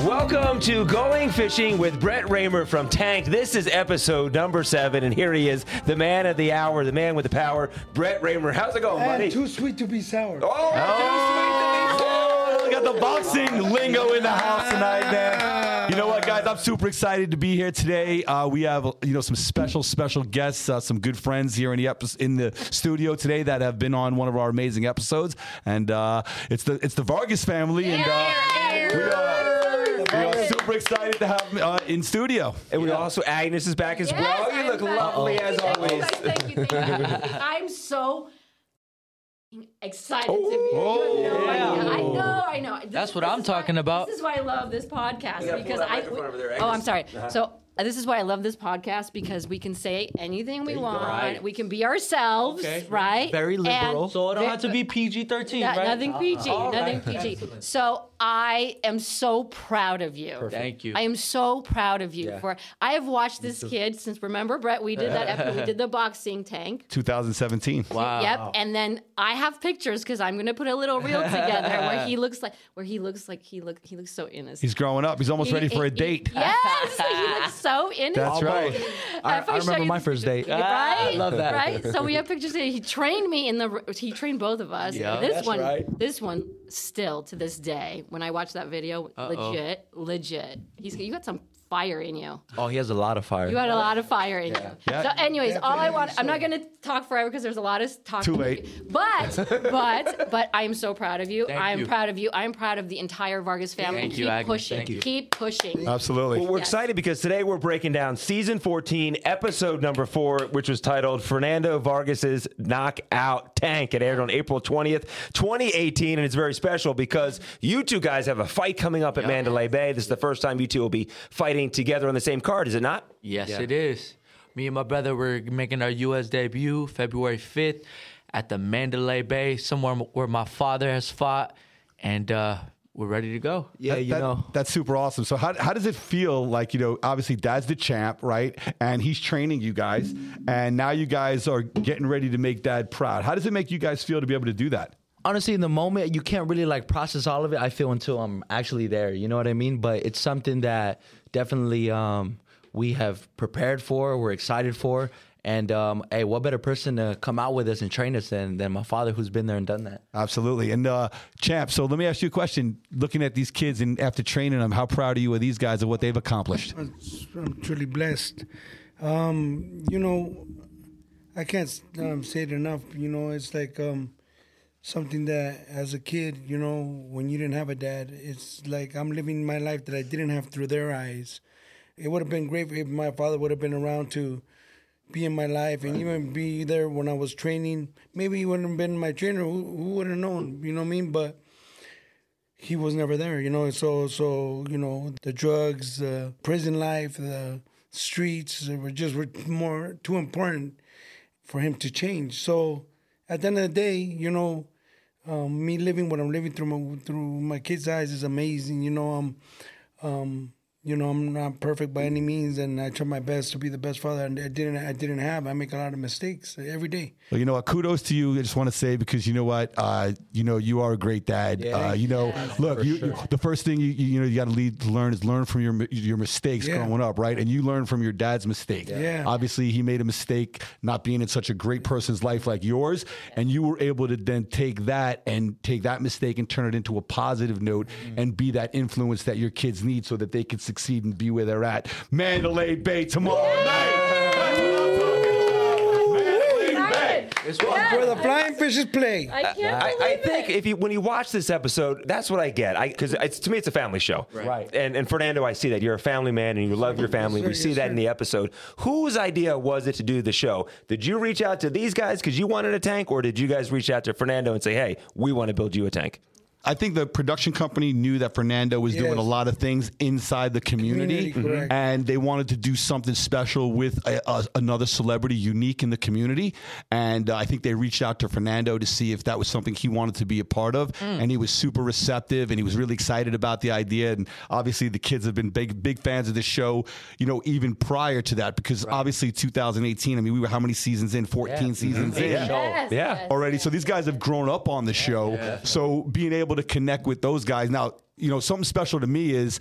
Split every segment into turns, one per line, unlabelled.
Welcome to Going Fishing with Brett Raymer from Tank. This is episode number seven, and here he is, the man of the hour, the man with the power, Brett Raymer. How's it going, buddy?
And too sweet to be sour.
Oh,
Oh, we got the boxing lingo in the house tonight, man. You know what, guys? I'm super excited to be here today. Uh, we have you know some special, special guests, uh, some good friends here in the epi- in the studio today that have been on one of our amazing episodes, and uh, it's the it's the Vargas family, and uh, we are. We are super excited to have them uh, in studio.
And we also, Agnes is back as well. You
Yes,
look
I'm back.
lovely as
Thank you,
always.
Thank you, guys. thank you, thank you. I'm so excited to be here.
Oh,
you have no
yeah.
idea. I know, I know. This-
That's what
this
I'm
is why-
talking about.
This is why I love this podcast
gotta pull
because
that
I.
microphone over there, Uh-huh.
oh,
Agnes.
I'm sorry. So. uh, This is why I love this podcast because we can say anything we want.
Right.
We can be ourselves,
Okay.
right?
Very
And-
liberal.
So it don't have to be PG thirteen,
Yeah,
right?
Nothing PG.
all
nothing
right.
PG. So I am so proud of you.
Thank you.
I am so proud of you for. I have watched this kid since. Remember, Brett, we did that after we did the boxing tank.
2017.
wow.
Yep. And then I have pictures because I'm gonna put a little reel together where he looks like where he looks like he look he looks so innocent.
He's growing up. He's almost
He-
ready for
he-
a date.
he- Yes, he looks so innocent.
That's right.
I,
I remember my first date. Ah,
right?
I love that.
Right? So we have pictures. Here. He trained me in the. He trained both of us.
Yeah.
this
That's
one,
right.
this one, still to this day, when I watch that video, legit, legit. He's you got some fire in you.
Oh, he has a lot of fire.
You had a lot of fire in you.
Yeah.
So, anyways, all I want, I'm not going to talk forever because there's a lot of talk.
Too
to
late.
do. But, but, but I'm so proud of you.
Thank
I'm
you.
proud of you. I'm proud of the entire Vargas family.
Thank
keep
you, Agnes.
pushing.
Thank you.
Keep pushing.
Absolutely.
Well, we're
Yes.
excited because today we're breaking down season 14, episode number four, which was titled Fernando Vargas's Knockout Tank. It aired on April 20th, 2018, and it's very special because you two guys have a fight coming up at Mandalay Bay. This is the first time you two will be fighting together on the same card, is it not?
Yes, it is. Me and my brother were making our U.S. debut February 5th at the Mandalay Bay, somewhere m- where my father has fought, and uh, we're ready to go.
Yeah,
you know.
That's super awesome. So how, how does it feel like, you know, obviously dad's the champ, right? And he's training you guys and now you guys are getting ready to make dad proud. How does it make you guys feel to be able to do that?
honestly in the moment you can't really like process all of it i feel until i'm actually there you know what i mean but it's something that definitely um we have prepared for we're excited for and um hey what better person to come out with us and train us than than my father who's been there and done that
Absolutely. And uh champ, so let me ask you a question. Looking at these kids and after training them, how proud are you of these guys and what they've accomplished?
I'm truly blessed. Um, you know, I can't um, say it enough. You know, it's like um, something that as a kid, you know, when you didn't have a dad, it's like I'm living my life that I didn't have through their eyes. It would have been great if my father would have been around to be in my life and even be there when I was training. Maybe he wouldn't have been my trainer. Who, who would have known? You know what I mean? But he was never there, you know. So, so you know, the drugs, the prison life, the streets they were just were more too important for him to change. So, at the end of the day, you know, um, me living what I'm living through my through my kids' eyes is amazing. You know, I'm, um, you know, I'm not perfect by any means, and I try my best to be the best father. And I didn't, I didn't have. I make a lot of mistakes every day.
Well, you know what? Kudos to you. I just want to say because you know what? Uh, you know you are a great dad. Uh, you know, look, you, you- the first thing you you you know you got to lead to learn is learn from your mi- your mistakes
Yeah.
growing up, right? And you learn from your dad's mistake.
Yeah.
Obviously, he made a mistake not being in such a great person's life like yours, and you were able to then take that and take that mistake and turn it into a positive note
Mm-hmm.
and be that influence that your kids need so that they can succeed and be where they're at. Mandalay Bay tomorrow night. That's what I'm talking about. Mandalay Bay.
It's one
Where the flying fishes play.
I can't believe
I, I think
it.
if you when you watch this episode, that's what I get. I because it's to me it's a family show,
Right.
And and Fernando, I see that you're a family man and you love your family.
sir,
we see
yes,
that
sir.
in the episode. Whose idea was it to do the show? Did you reach out to these guys because you wanted a tank, or did you guys reach out to Fernando and say, "Hey, we want to build you a tank"?
I think the production company knew that Fernando was doing
Yes.
a lot of things inside the community, Mm-hmm.
Community, correct.
and they wanted to do something special with a, a, another celebrity unique in the community. And uh, I think they reached out to Fernando to see if that was something he wanted to be a part of, and he was super receptive and he was really excited about the idea. And obviously, the kids have been big big fans of the show, you know, even prior to that because obviously 2018. I mean, we were how many seasons in? 14 seasons in
Yes,
Yeah.
yes.
already. So these guys have grown up on the show. So being able able to connect with those guys. Now, you know, something special to me is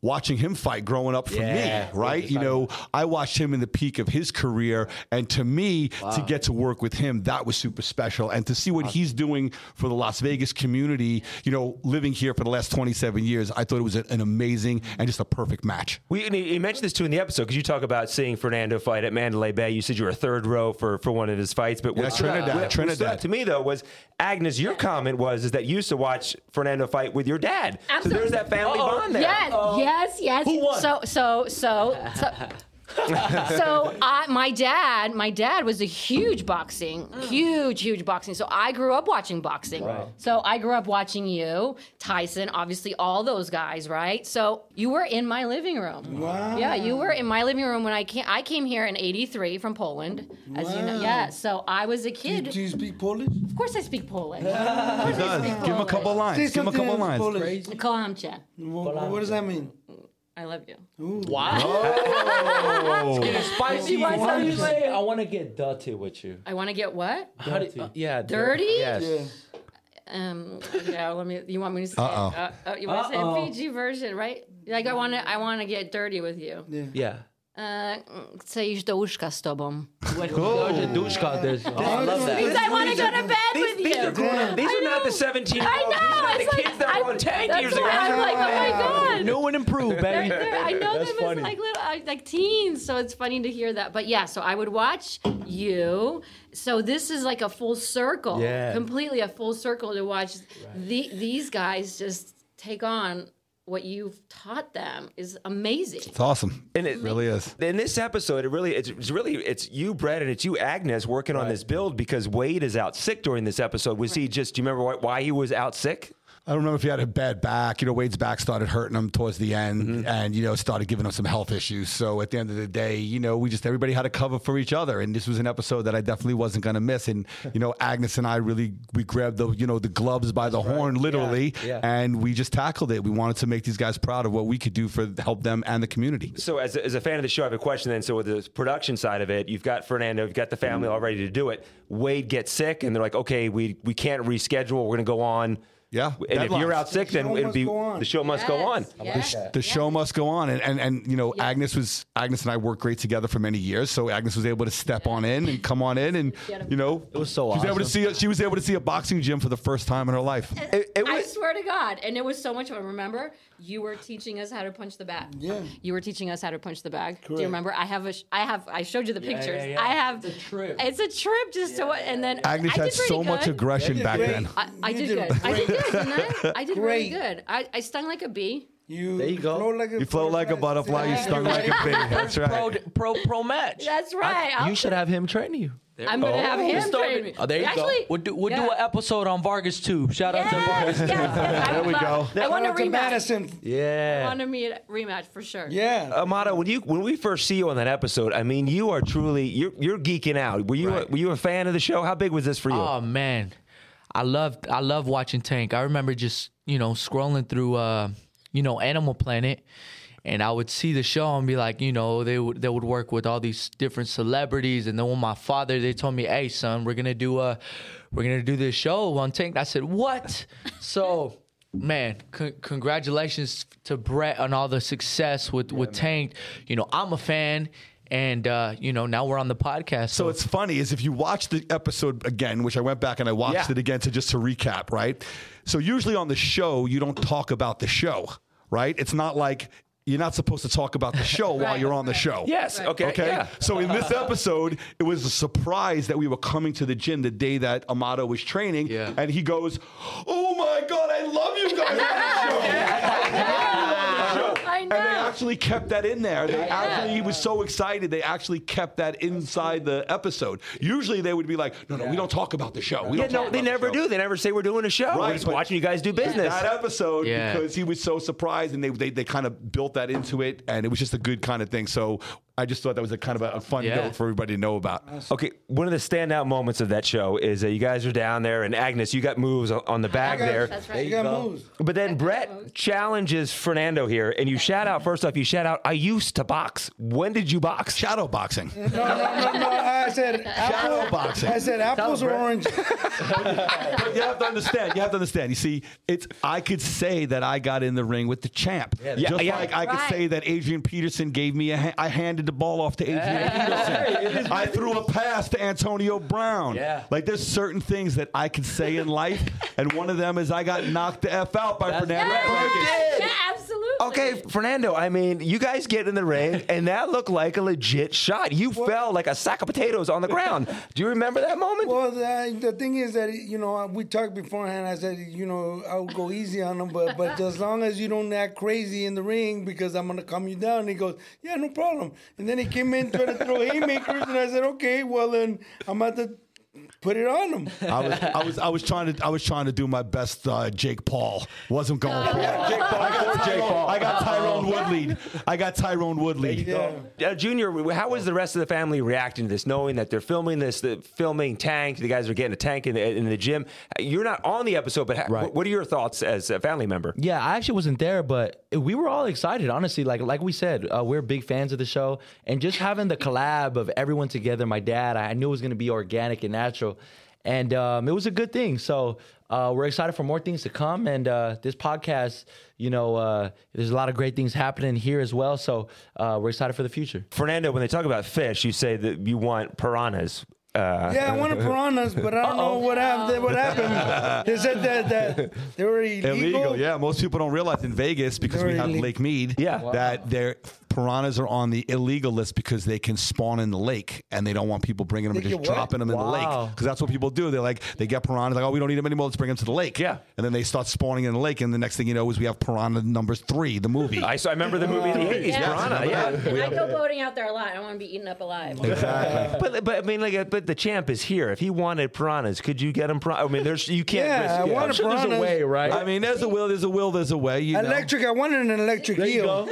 watching him fight growing up for
Yeah.
me, right? You know, I watched him in the peak of his career. And to me, to get to work with him, that was super special. And to see what he's doing for the Las Vegas community, you know, living here for the last 27 years, I thought it was a- an amazing and just a perfect match.
We and you mentioned this too in the episode because you talk about seeing Fernando fight at Mandalay Bay. You said you were third row for, for one of his fights, but what
Yeah,
stood-
Trinidad,
what- what
Trinidad.
stood out to me though was Agnes. Your comment was is that you used to watch Fernando fight with your dad. So there's that family
Uh-oh.
bond there.
Yes, yes, yes.
Who won?
So, so, so, so. so I, my dad, my dad was a huge boxing, huge, huge boxing. So I grew up watching boxing. So I grew up watching you, Tyson, obviously all those guys, right? So you were in my living room. Wow. Yeah, you were in my living room when I came. I came here in '83 from Poland, as you know.
Wow.
Yeah. So I was a kid.
Do you speak Polish?
Of course, I speak Polish. Of course I speak
Give him a
Polish.
couple lines.
Say
Give him a
something
couple
in
lines.
Polish.
Kocham cię.
Wh- What, does that mean?
I love you.
Spicy. Why don't you say I want to get dirty with you?
I want to get what?
How do, uh,
Yeah.
Dirty?
Yes.
Um. Yeah. Let me. You want me to say?
Uh-oh.
Uh, uh, you want to say
Uh-oh.
a PG version, right? Like I want to. I want to get dirty with you.
Yeah.
Uh, chcę iść do łóżka z tobą.
Dushka, there's.
I love that.
I want to go to bed
These,
with
these
you.
are grown up. These
I
are not the
know.
17 year
I
olds. These
know.
are
It's
the
like
kids that
I-
were on tank
that's
years
why
ago.
I'm like, oh my god.
New and improved, baby.
They're- they're- I know them as like little, uh, like teens, so it's funny to hear that. But yeah, so I would watch you. So this is like a full circle,
Yeah.
completely a full circle to watch the, these guys just take on what you've taught them is amazing.
It's awesome.
And it
really is.
in this episode, it really it's, it's really it's you, Brett, and it's you, Agnes, working on this build because Wade is out sick during this episode. Was he just? Do you remember why, why he was out sick?
I don't remember if he had a bad back. You know, Wade's back started hurting him towards the end
Mm-hmm.
and, you know, started giving him some health issues. So at the end of the day, you know, we just, everybody had a cover for each other. And this was an episode that I definitely wasn't going to miss. And, you know, Agnes and I really, we grabbed the, you know, the gloves by the horn, literally.
Yeah.
And we just tackled it. We wanted to make these guys proud of what we could do for help them and the community.
So, as a, as a fan of the show, I have a question. Then, so with the production side of it, you've got Fernando, you've got the
Mm-hmm.
family all ready to do it. Wade gets sick, and they're like, "Okay, we we can't reschedule. We're going to go on."
Yeah,
and if you're
deadlines.
out sick,
The show
then it'd
must
be
go on.
the show must go on.
Yes,
the show must go on and and, and you know agnes was agnes and i worked great together for many years so agnes was able to step on in and come on in and you know it
was so
she was able to
awesome.
see a, she was able to see a boxing gym for the first time in her life
It, it
I
was-
swear to God. And it was so much fun. Remember, you were teaching us how to punch the bag.
Yeah.
You were teaching us how to punch the bag. Do you remember? I have a, sh- I have, I showed you the pictures.
yeah, yeah.
I have.
It's a trip.
It's a trip just to what, and then
agnes
I did
had so
pretty
much
good.
aggression back
great.
then
I, I
You
did,
did
good. I did good, didn't I? I did really
Great.
good. I, I stung like a bee.
You,
There you go.
Flow like a
you float like a butterfly you stung like a bee that's
Pro,
right
pro, pro match.
That's right. I,
You should have him train you.
I'm gonna have him
Stole
train
it.
me.
Oh, there you go.
Actually,
We'll do we'll
Yeah.
do an episode on Vargas too. Shout out
Yes,
to Vargas.
yes, yes. I
There
would
we
love-
go.
I want
Shout
a
out to
rematch.
Madison.
I
Yeah.
want a me- rematch for sure.
Yeah.
Amada, when you when we first see you on that episode, I mean, you are truly you're you're geeking out. Were you a,
Right.
were you a fan of the show? How big was this for you?
Oh man, I loved I love watching Tank. I remember just you know scrolling through uh you know Animal Planet, and I would see the show and be like, you know, they would they would work with all these different celebrities, and then when my father they told me, hey son, we're gonna do uh we're gonna do this show on Tank. I said what? so. Man, con- congratulations to Brett on all the success with with Tank. You know, I'm a fan, and uh, you know now we're on the podcast.
so it's funny is if you watch the episode again which i went back and i watched
Yeah.
it again to just to recap right so usually on the show you don't talk about the show right it's not like you're not supposed to talk about the show while
Right.
you're on the show
yes. Okay.
Okay.
Yeah.
So in this episode, it was a surprise that we were coming to the gym the day that Amato was training.
Yeah.
And he goes, Oh my God, I love you guys. on the show."
I
And they
know.
actually kept that in there. They actually, he was so excited. They actually kept that inside the episode. Usually they would be like, No, no, we don't talk about the show. We
Yeah,
don't talk
no, they
about the
never
show."
do. They never say we're doing a show.
Right,
we're just
but-
watching you guys do business.
That episode
Yeah.
because he was so surprised and they they, they kind of built that into it and it was just a good kind of thing. So I just thought that was a kind of a, a fun
Yeah.
note for everybody to know about.
Okay, one of the standout moments of that show is that you guys are down there, and Agnes, you got moves on, on the back there.
That's
You
right.
got moves.
But then Brett challenges Fernando here, and you shout out first off. You shout out. I used to box. When did you box?
Shadow boxing.
No, no, no, no. I said apple,
boxing.
I said apples or oranges.
you have to understand. You have to understand. You see, it's I could say that I got in the ring with the champ.
Yeah,
Just
yeah.
like I could
Right.
say that Adrian Peterson gave me a. Ha- I handed the ball off to Adrian Peterson. I threw a pass to Antonio Brown.
Yeah.
Like there's certain things that I could say in life, and one of them is I got knocked the f out by Fernando. Rodriguez.
Yeah, absolutely.
Okay, Fernando. I mean, you guys get in the ring, and that looked like a legit shot. You fell like a sack of potatoes on the ground. Do you remember that moment?
Well, the, the thing is that you know we talked beforehand. I said you know I would go easy on him, but but as long as you don't act crazy in the ring, because I'm gonna calm you down. And he goes, yeah, no problem. And then he came in trying to throw haymakers, and I said, okay, well then I'm about to put it on him.
I was, I was, I was trying to, I was trying to do my best. Uh, Jake Paul wasn't going for it. Jake Paul, I got Jake Paul. I got Tyrone Woodley. I got Tyrone Woodley.
Yeah.
Uh, Junior, how was the rest of the family reacting to this, knowing that they're filming this, the filming tank, the guys are getting a tank in the, in the gym? You're not on the episode, but ha-
Right.
what are your thoughts as a family member?
Yeah, I actually wasn't there, but we were all excited. Honestly, like like we said, uh, we're big fans of the show, and just having the collab of everyone together, my dad, I knew it was going to be organic and natural, and um, it was a good thing. So uh, we're excited for more things to come, and uh, this podcast, you know, uh, there's a lot of great things happening here as well. So uh, we're excited for the future.
Fernando, when they talk about fish, you say that you want piranhas. Uh,
Yeah, I wanted piranhas, but I don't know what happened. What happened? They said that, that they were illegal.
Illegal, yeah. Most people don't realize in Vegas because we
They're
have
ille-
Lake Mead,
Yeah. Wow.
that their piranhas are on the illegal list because they can spawn in the lake and they don't want people bringing them
They
and just
can what?
dropping them in the
Wow.
lake because that's what people do. They're like they get piranhas like oh we don't need them anymore let's bring them to the lake
Yeah.
and then they start spawning in the lake and the next thing you know is we have piranha number three the movie
I, saw, I remember the movie in the 80s, Piranha, yeah.
And I go boating out there a lot. I don't want to be eaten up alive.
But, but I mean, like, but the champ is here. If he wanted piranhas, could you get him? Piranha? I mean, there's you can't.
Yeah,
risk
I
it.
wanted
I'm sure there's a
piranhas.
way.
right?
I mean there's a will there's a will there's a way you know
Electric. I wanted an electric eel.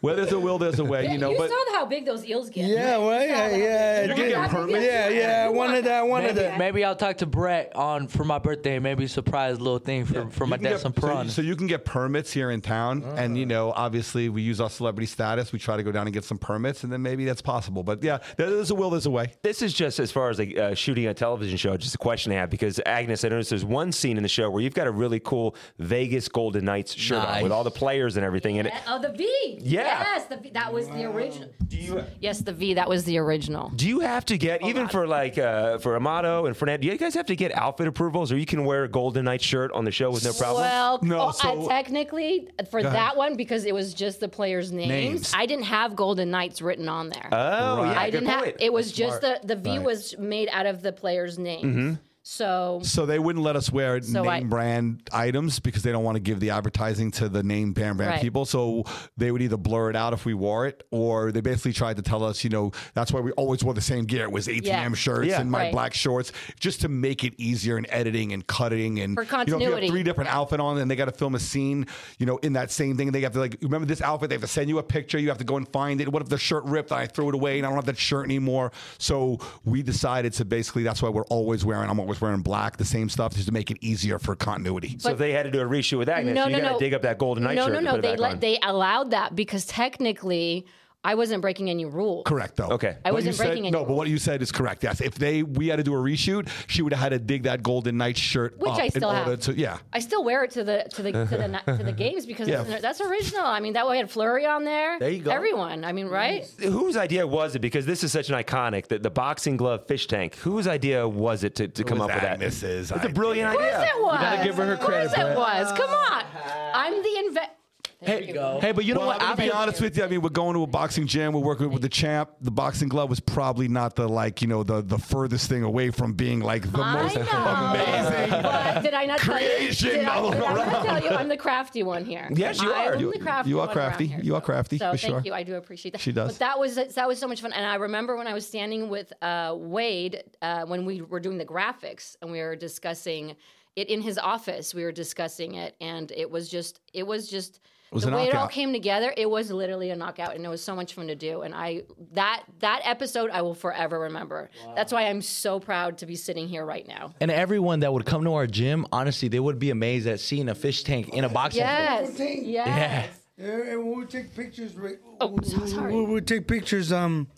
where there's a will there's a way you know
you
but
saw how big those eels get.
Yeah, well,
You saw
yeah,
how
yeah.
big-
You can
get permits.
Yeah, yeah. I
You want
wanted that. I wanted
Maybe,
that.
maybe I'll talk to Brett on for my birthday. Maybe surprise little thing for, for my
You can
dad
get-
some
so-
piranha.
So, you can get permits here in town, and you
Ah.
know, obviously, we use our celebrity status. We try to go down and get some permits, and then maybe that's possible. But yeah, there- there's a will, there's a way.
This is just as far as like uh, shooting a television show. Just a question I have because Agnes, I noticed there's one scene in the show where you've got a really cool Vegas Golden Knights shirt on
Nice.
with all the players and everything in it.
Oh, the V.
Yeah.
Yes, the v. that was the original. Do you? Yes, the V. That was the original.
Do you have to get even for like uh, for Amato and Fernando? Do you guys have to get outfit approvals, or you can wear a Golden Knight shirt on the show with no problem?
Well,
No,
oh, I
so-
technically for that one because it was just the players' names.
Names.
I didn't have Golden Knights written on there.
oh yeah,
I
good
didn't have.
point.
It was just the the V was made out of the players' names.
Mm-hmm.
So
So they wouldn't let us wear
So
name
I-
brand items because they don't want to give the advertising to the name brand brand
Right.
people. So they would either blur it out if we wore it, or they basically tried to tell us, you know, that's why we always wore the same gear. It was ATM shirts
Yeah.
and my
Right.
black shorts, just to make it easier in editing and cutting and
For
You know, if you
continuity.
have three different outfit on, and they got to film a scene, you know, in that same thing. They have to like remember this outfit. They have to send you a picture. You have to go and find it. What if the shirt ripped? I threw it away and I don't have that shirt anymore. So we decided to basically. That's why we're always wearing. I'm always wearing black, the same stuff, just to make it easier for continuity.
so if they had to do a reshoot with Agnes,
no,
you
no,
gotta
no.
dig up that Golden Knight
no,
shirt.
no,
and
no.
put it
They
back
let
on.
they allowed that because technically I wasn't breaking any rules.
Correct though.
Okay. I
What
wasn't
you said-
breaking any
No, but what you said is correct. Yes. If they we had to do a reshoot, she would have had to dig that golden knight shirt
Which
up
I still
in order
have.
to yeah.
I still wear it to the to the to the, ni- to the games because
Yeah.
that's- that's original. I mean, that way I had Flurry on there. There
you go.
Everyone. I mean, right?
Whose idea was it? Because this is such an iconic the, the boxing glove fish tank. Whose idea was it to, to come
was
up with that?
Agnes's
it's a brilliant
Of course
idea.
it was. You
gotta give her her credit,
Of course
Brett.
it was. Come on. I'm the invent.
hey, hey, but you know
Well,
what?
I'm gonna be honest with you. I mean, we're going to a boxing gym. We're working with the champ. The boxing glove was probably not the like you know the the furthest thing away from being like the
I
most
know.
amazing.
But did I not tell you?
creation
Did I,
all
did I not
around.
tell you I'm the crafty one here?
Yes, you are.
I'm
You-
the crafty
you are
one around
crafty.
here,
You are
so-
crafty,
So
for
thank
sure.
you. I do appreciate that.
She does.
But that was that was so much fun, and I remember when I was standing with uh, Wade uh, when we were doing the graphics, and we were discussing it in his office. We were discussing it, and it was just it was just
was
the
a
way it all
knockout.
came together, it was literally a knockout, and it was so much fun to do. And I that that episode I will forever remember. That's why I'm so proud to be sitting here right now.
And everyone that would come to our gym, honestly, they would be amazed at seeing a fish tank in a boxing.
Yes,
Thing.
yes.
Yeah, and we would Eh, take pictures. Right,
Oh, so sorry.
We would take pictures. Um.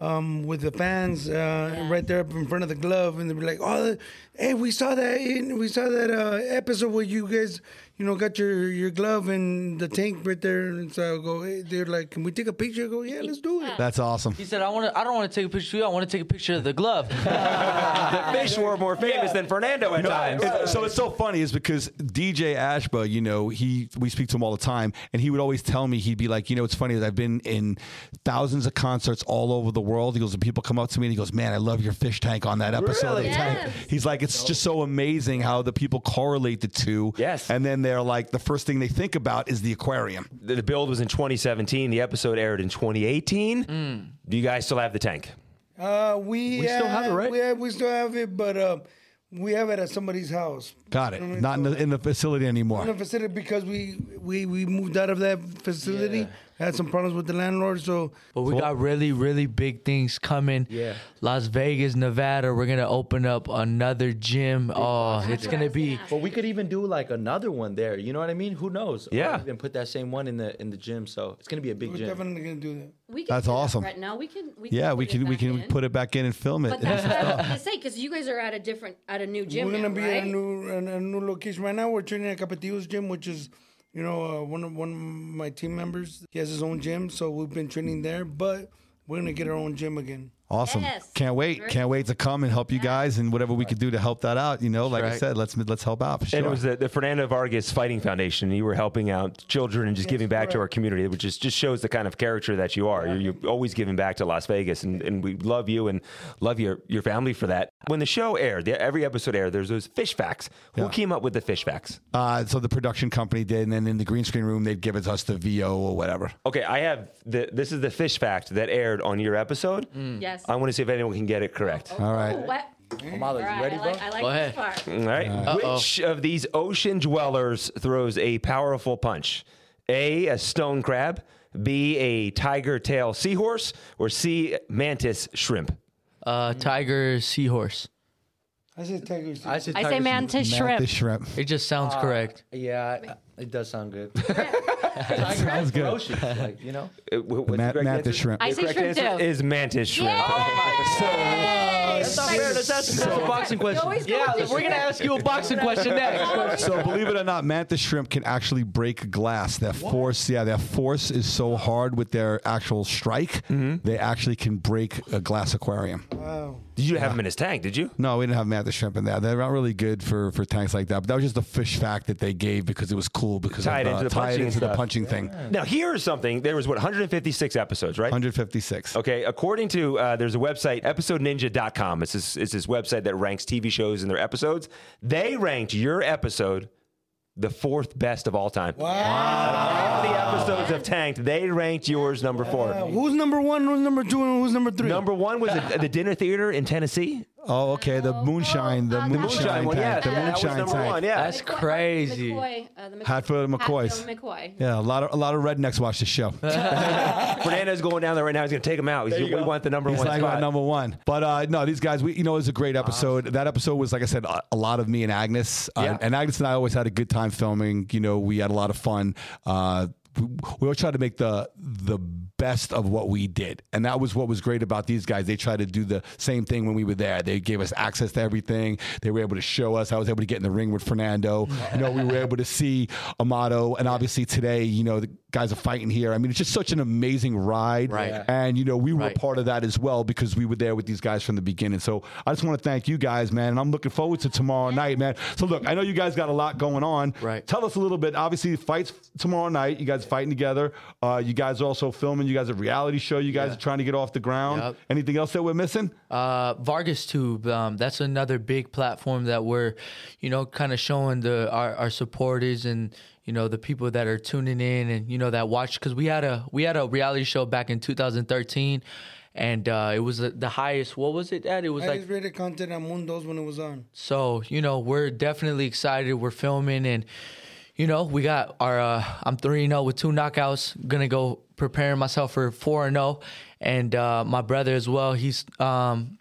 Um, with the fans uh, right there up in front of the glove, and they'd be like, "Oh, hey, we saw that! In, we saw that uh, episode where you guys, you know, got your, your glove and the tank right there." And so I go, hey, "They're like, can we take a picture?" I go, "Yeah, let's do it."
That's awesome.
He said, "I want to. I don't want to take a picture of you. I want to take a picture of the glove."
The fish were more famous than Fernando at times.
It's- So it's so funny is because DJ Ashba, you know, he we speak to him all the time, and he would always tell me he'd be like, you know, it's funny that I've been in thousands of concerts all over the world. He goes, and people come up to me and he goes, man, I love your fish tank on that episode.
Really?
Of tank.
Yes.
He's like, it's just so amazing how the people correlate the two.
Yes.
and then they're like, the first thing they think about is the aquarium.
The the build was in 2017. The episode aired in 2018.
Mm.
Do you guys still have the tank?
Uh, we
We still have it, right?
Yeah, we still have it, but uh, we have it at somebody's house.
Got it.
Mm-hmm.
Not in the, in the facility anymore.
in the facility because we we, we moved out of that facility. Had some problems with the landlord, so
But we got really, really big things coming.
Yeah.
Las Vegas, Nevada. We're gonna open up another gym. Oh, it's gonna be.
But we could even do like another one there. You know what I mean? Who knows?
Yeah.
And put that same one in the in the gym. So it's gonna be a big
we're
gym.
definitely gonna do that.
We can
That's
do that,
awesome.
Brett. No, we can. We can
yeah, we
put it
can we
back
can
in.
put it back in and film it.
But that's what I was gonna say because you guys are at a different, at a new gym.
we're gonna
now,
be
right?
at a new at a new location right now. We're training at Capetillo's gym, which is you know uh, one of one of my team members. He has his own gym, so we've been training there. But we're gonna get our own gym again.
Awesome.
Yes.
Can't wait.
Great.
Can't wait to come and help you guys and whatever we could do to help that out. You know, like I
right.
said, let's let's help out for sure.
And it was the, the Fernando Vargas Fighting Foundation. You were helping out children and just giving back to our community, which is, just shows the kind of character that you are. You're, you're always giving back to Las Vegas, and, and we love you and love your, your family for that. When the show aired, the, every episode aired, there's those fish facts. Who came up with the fish facts?
uh, so the production company did, and then in the green screen room they'd give it to us the VO or whatever.
Okay, I have the, this is the fish fact that aired on your episode.
Mm.
Yes.
I want to see if anyone can get it correct.
All
Ooh,
right.
what?
Amala,
All right,
you ready,
I
bro?
like, I like
Go
this
ahead.
part.
All right. Which of these ocean dwellers throws a powerful punch? A, a stone crab, B, a tiger tail seahorse, or C, mantis shrimp?
Uh, tiger seahorse.
I said Tigers.
I said
I
Tiger
say
Seed.
mantis
Matt
shrimp.
the shrimp.
It just sounds correct.
Yeah, I- it does sound good. Sounds
good.
Like, you know.
Uh, wh- what's the
Matt,
correct
Matt the
answer?
shrimp.
I
The
say
correct
shrimp
answer
too.
is mantis shrimp.
That's
boxing
You always
question.
go
Yeah,
with the
we're gonna ask you a boxing question next.
So believe it or not, Matt the shrimp can actually break glass. Their force, yeah, their force is so hard with their actual strike,
Mm-hmm.
they actually can break a glass aquarium.
Did you have him in his tank? Did you?
No, we didn't have Matt the shrimp in there. They're not really good for for tanks like that. But that was just the fish fact that they gave because it was cool because
Tied
of,
into the
tied
punching
into the
stuff.
punching thing.
Now, here's something. There was, what, 156 episodes, right?
156.
Okay, according to uh, there's a website episodeninja.com. It's this, it's this website that ranks TV shows and their episodes. They ranked your episode the fourth best of all time. Wow! All the episodes of Tanked, they ranked yours number four.
who's number one? Who's number two? And who's number three?
Number one was the the dinner theater in Tennessee.
Oh, okay. The moonshine, the
oh,
moonshine,
Moonshine
tank,
one, yeah,
the
yeah, that was
moonshine
number
tank.
one. Yeah,
That's crazy.
McCoy, uh, the McCoy.
Hatfield and McCoy's.
Hatfield and McCoy.
Yeah, a lot of a lot of rednecks watch the show.
Fernando's going down there right now. He's going to take him out. He's, we want the number
He's
one
like
spot.
my number one. But uh, no, these guys, we you know, it was a great episode. That episode was, like I said, a, a lot of me and Agnes. Uh,
Yeah.
And Agnes and I always had a good time filming. You know, we had a lot of fun. Uh, we, we all tried to make the the best of what we did, and that was what was great about these guys. They tried to do the same thing when we were there. They gave us access to everything. They were able to show us. I was able to get in the ring with Fernando. You know, we were able to see Amato, and obviously today, you know, the guys are fighting here. I mean, it's just such an amazing ride,
Right.
And you know, we were a
Right.
part of that as well because we were there with these guys from the beginning. So I just want to thank you guys, man. And I'm looking forward to tomorrow night, man. So look, I know you guys got a lot going on.
Right.
Tell us a little bit. Obviously, fights tomorrow night. You guys fighting together. Uh, you guys are also filming. You guys have a reality show. You guys are trying to get off the ground.
Yep.
Anything else that we're missing?
Uh, Vargas Tube. Um, that's another big platform that we're, you know, kind of showing the our, our supporters and you know the people that are tuning in and you know that watch because we had a we had a reality show back in 2013, and uh, it was the, the highest. What was it at? It was
I
like
just rated content on Mundos when it was on.
so you know we're definitely excited. We're filming and. you know, we got our. Uh, I'm three and zero with two knockouts. Gonna go preparing myself for four and zero, and uh, my brother as well. He's um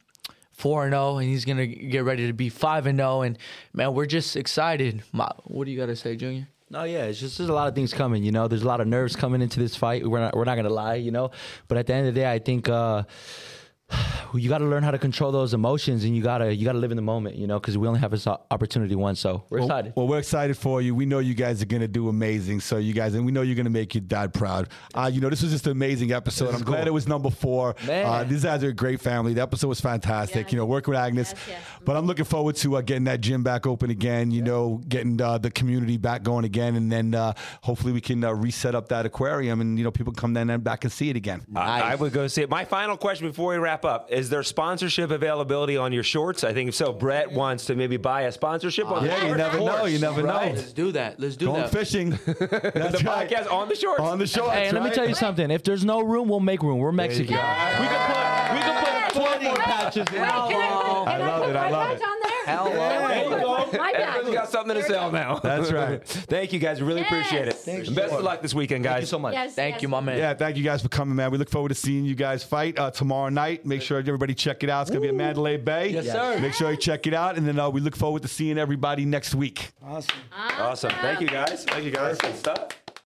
four and zero, and he's gonna get ready to be five and zero. And man, we're just excited. My, what do you gotta say, Junior?
No, yeah, it's just there's a lot of things coming. You know, there's a lot of nerves coming into this fight. We're not we're not gonna lie, you know. But at the end of the day, I think uh, you got to learn how to control those emotions, and you gotta you gotta live in the moment, you know, because we only have this o- opportunity once. So we're
well,
excited.
well, we're excited for you. We know you guys are going to do amazing. So you guys, and we know you're going to make your dad proud. Uh, you know, this was just an amazing episode. I'm glad it was number four.
Man.
Uh, these guys are a great family. The episode was fantastic. you know, working with Agnes.
yes.
But I'm looking forward to uh, getting that gym back open again. You know, getting uh, the community back going again, and then uh, hopefully we can uh, reset up that aquarium, and you know, people come then and back and see it again.
I, I would go see it. My final question before we wrap up is there sponsorship availability on your shorts? I think if so, Brett wants to maybe buy a sponsorship on
Yeah,
the
you never know. You never
Right.
know.
Let's do that. Let's do
Going
that.
fishing. That's
the
right.
podcast on the shorts.
on the shorts.
Hey, and let me
right?
tell you something. If there's no room, we'll make room. We're Mexican.
we can put we can put four more patches in.
Wait, can I, can
I love
put
it, I
my
love
badge
it.
on there?
There you go.
My bad.
Everyone's got something to
There it
sell
is.
now.
That's right.
Thank you guys. Really
Yes.
appreciate it.
Thank
And Best of luck this weekend, guys.
Thank you so much.
Yes,
Thank
yes.
you, my man.
Yeah, thank you guys for coming, man. We look forward to seeing you guys fight uh, tomorrow night. Make sure everybody check it out. It's going to be at Mandalay Bay. Yes,
sir.
Make sure you check it out. And then uh, we look forward to seeing everybody next week.
Awesome.
Awesome. Thank you guys. Thank you guys. Good stuff.